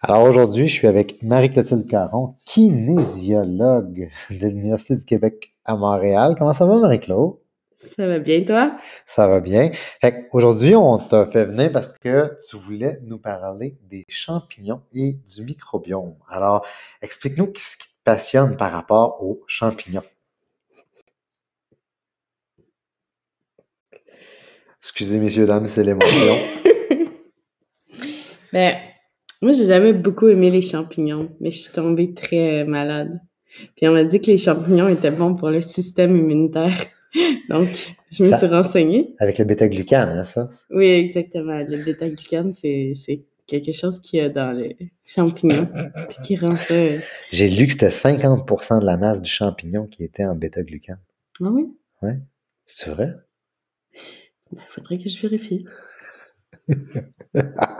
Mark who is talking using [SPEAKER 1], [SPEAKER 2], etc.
[SPEAKER 1] Alors aujourd'hui, je suis avec Marie-Clotilde Caron, kinésiologue de l'Université du Québec à Montréal. Comment ça va, Marie-Claude?
[SPEAKER 2] Ça va bien, toi?
[SPEAKER 1] Ça va bien. Fait aujourd'hui, on t'a fait venir parce que tu voulais nous parler des champignons et du microbiome. Alors, explique-nous ce qui te passionne par rapport aux champignons. Excusez, messieurs, dames, c'est l'émotion.
[SPEAKER 2] ben, moi, j'ai jamais beaucoup aimé les champignons, mais je suis tombée très malade. Puis on m'a dit que les champignons étaient bons pour le système immunitaire. Donc, je me
[SPEAKER 1] Ça-
[SPEAKER 2] suis renseignée.
[SPEAKER 1] Avec le bêta-glucane, hein, ça?
[SPEAKER 2] Oui, exactement. Le bêta-glucane, c'est c'est quelque chose qu'il y a dans les champignons, puis qui rend ça... euh,
[SPEAKER 1] J'ai lu que c'était 50% de la masse du champignon qui était en bêta-glucane.
[SPEAKER 2] Ah oui? Ben,
[SPEAKER 1] C'est vrai?
[SPEAKER 2] Il faudrait que je vérifie.